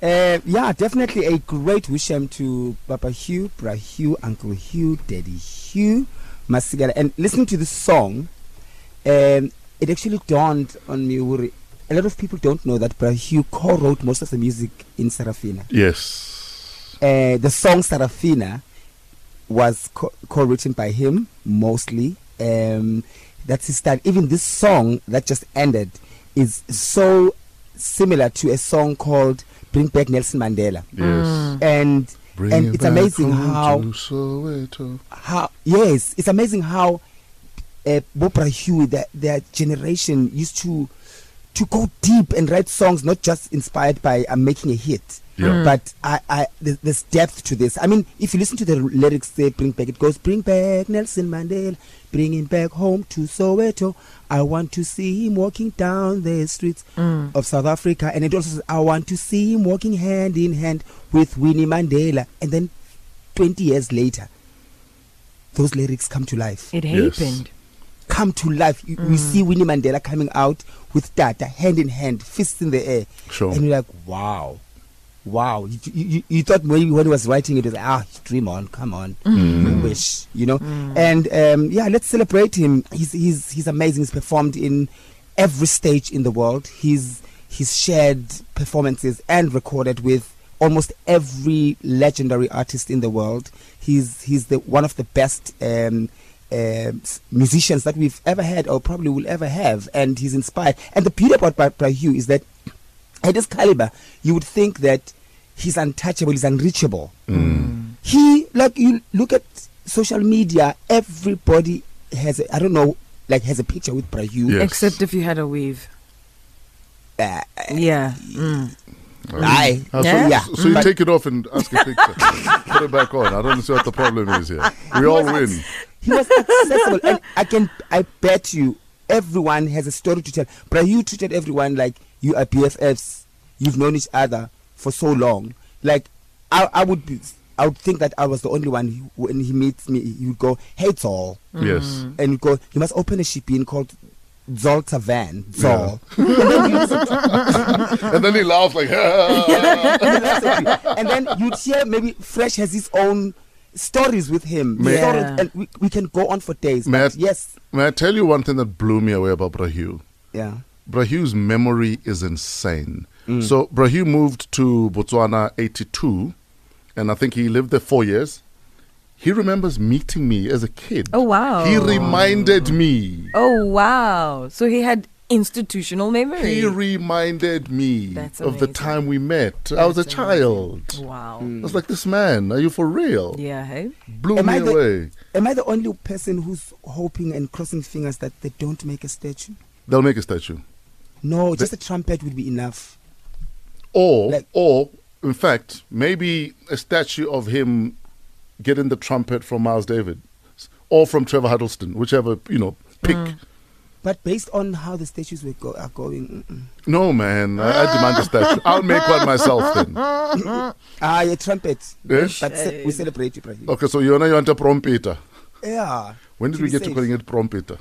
Uh, yeah, definitely a great wish um, to Papa Hugh, Bra Hugh, Uncle Hugh, Daddy Hugh, Masigala. And listening to the song, um, it actually dawned on me, Wuri, a lot of people don't know that Bra Hugh co-wrote most of the music in Serafina. Yes. Uh, the song Serafina was co- co-written by him mostly. Um, that's his style. Even this song that just ended is so similar to a song called "Bring Back Nelson Mandela," Yes. Mm. and Bring and it it's back amazing home how to Soweto. how yes, it's amazing how uh, Bopra Huey, their, their generation used to to go deep and write songs not just inspired by I'm making a hit, Yeah. Mm. but I, I there- there's depth to this. I mean, if you listen to the lyrics, they bring back it goes, bring back Nelson Mandela, bring him back home to Soweto. I want to see him walking down the streets of South Africa, and it also says, I want to see him walking hand in hand with Winnie Mandela, and then 20 years later. Those lyrics come to life It Yes. happened. come to life. You, We see Winnie Mandela coming out with Tata, hand in hand, fists in the air. Sure. And you're like, wow, wow. You, you, you- you thought maybe when he was writing it, it was, ah, dream on, come on, you wish, you know. And um, yeah, let's celebrate him. He's, he's, he's amazing. He's performed in every stage in the world. He's, he's shared performances and recorded with almost every legendary artist in the world. He's, he's the, one of the best um, um, s- musicians that we've ever had or probably will ever have, and he's inspired. And the beauty about Bra- Brahu is that at his caliber, you would think that he's untouchable, he's unreachable. Mm. He, like, you look at social media, everybody has, a, I don't know, like, has a picture with Brahu. Yes. Except if you had a weave. Uh, Yeah. Mm. aye. Ah, so, Yeah. Yeah. Mm. so, you But- take it off and ask a picture. Put it back on. I don't see what the problem is here. We all win. He was accessible, and I can, I bet you, everyone has a story to tell. But you treated everyone like you are BFFs. You've known each other for so long. Like, I, I would be, I would think that I was the only one. Who, when he meets me, he would go, "Hey, Zol," Mm. Yes. and you go, "You must open a shipping called Zol Tavan." Zol. And then you'd sit- And then he laughs like, and that's it. And then you'd hear maybe Fresh has his own stories with him. May- Stories, Yeah. and we, we can go on for days. May I- But yes. May I tell you one thing that blew me away about Brahu? Yeah. Brahu's memory is insane. Mm. So Brahu moved to Botswana 82, and I think he lived there four years. He remembers meeting me as a kid. Oh, wow. He reminded me. Oh, wow. So he had institutional memory. He reminded me That's of the amazing. time we met. I was a That's Mm. child. wow. I was like, this man, are you for real? Yeah, hey? Blew Am me I the- away. Am I the only person who's hoping and crossing fingers that they don't make a statue? They'll make a statue. No, just a trumpet would be enough. Or, Like- or in fact, maybe a statue of him getting the trumpet from Miles David, or from Trevor Huddleston, whichever you know. Pick. Mm. But based on how the statues were go- are going, mm-mm. No, man, I, I demand a statue. I'll make one myself then. ah, yeah, trumpet. Yes. But ce- we celebrate it, Ibrahim. Okay, so you know you want a prompt Peter. Yeah. When did To we be get to safe. calling it prompt Peter?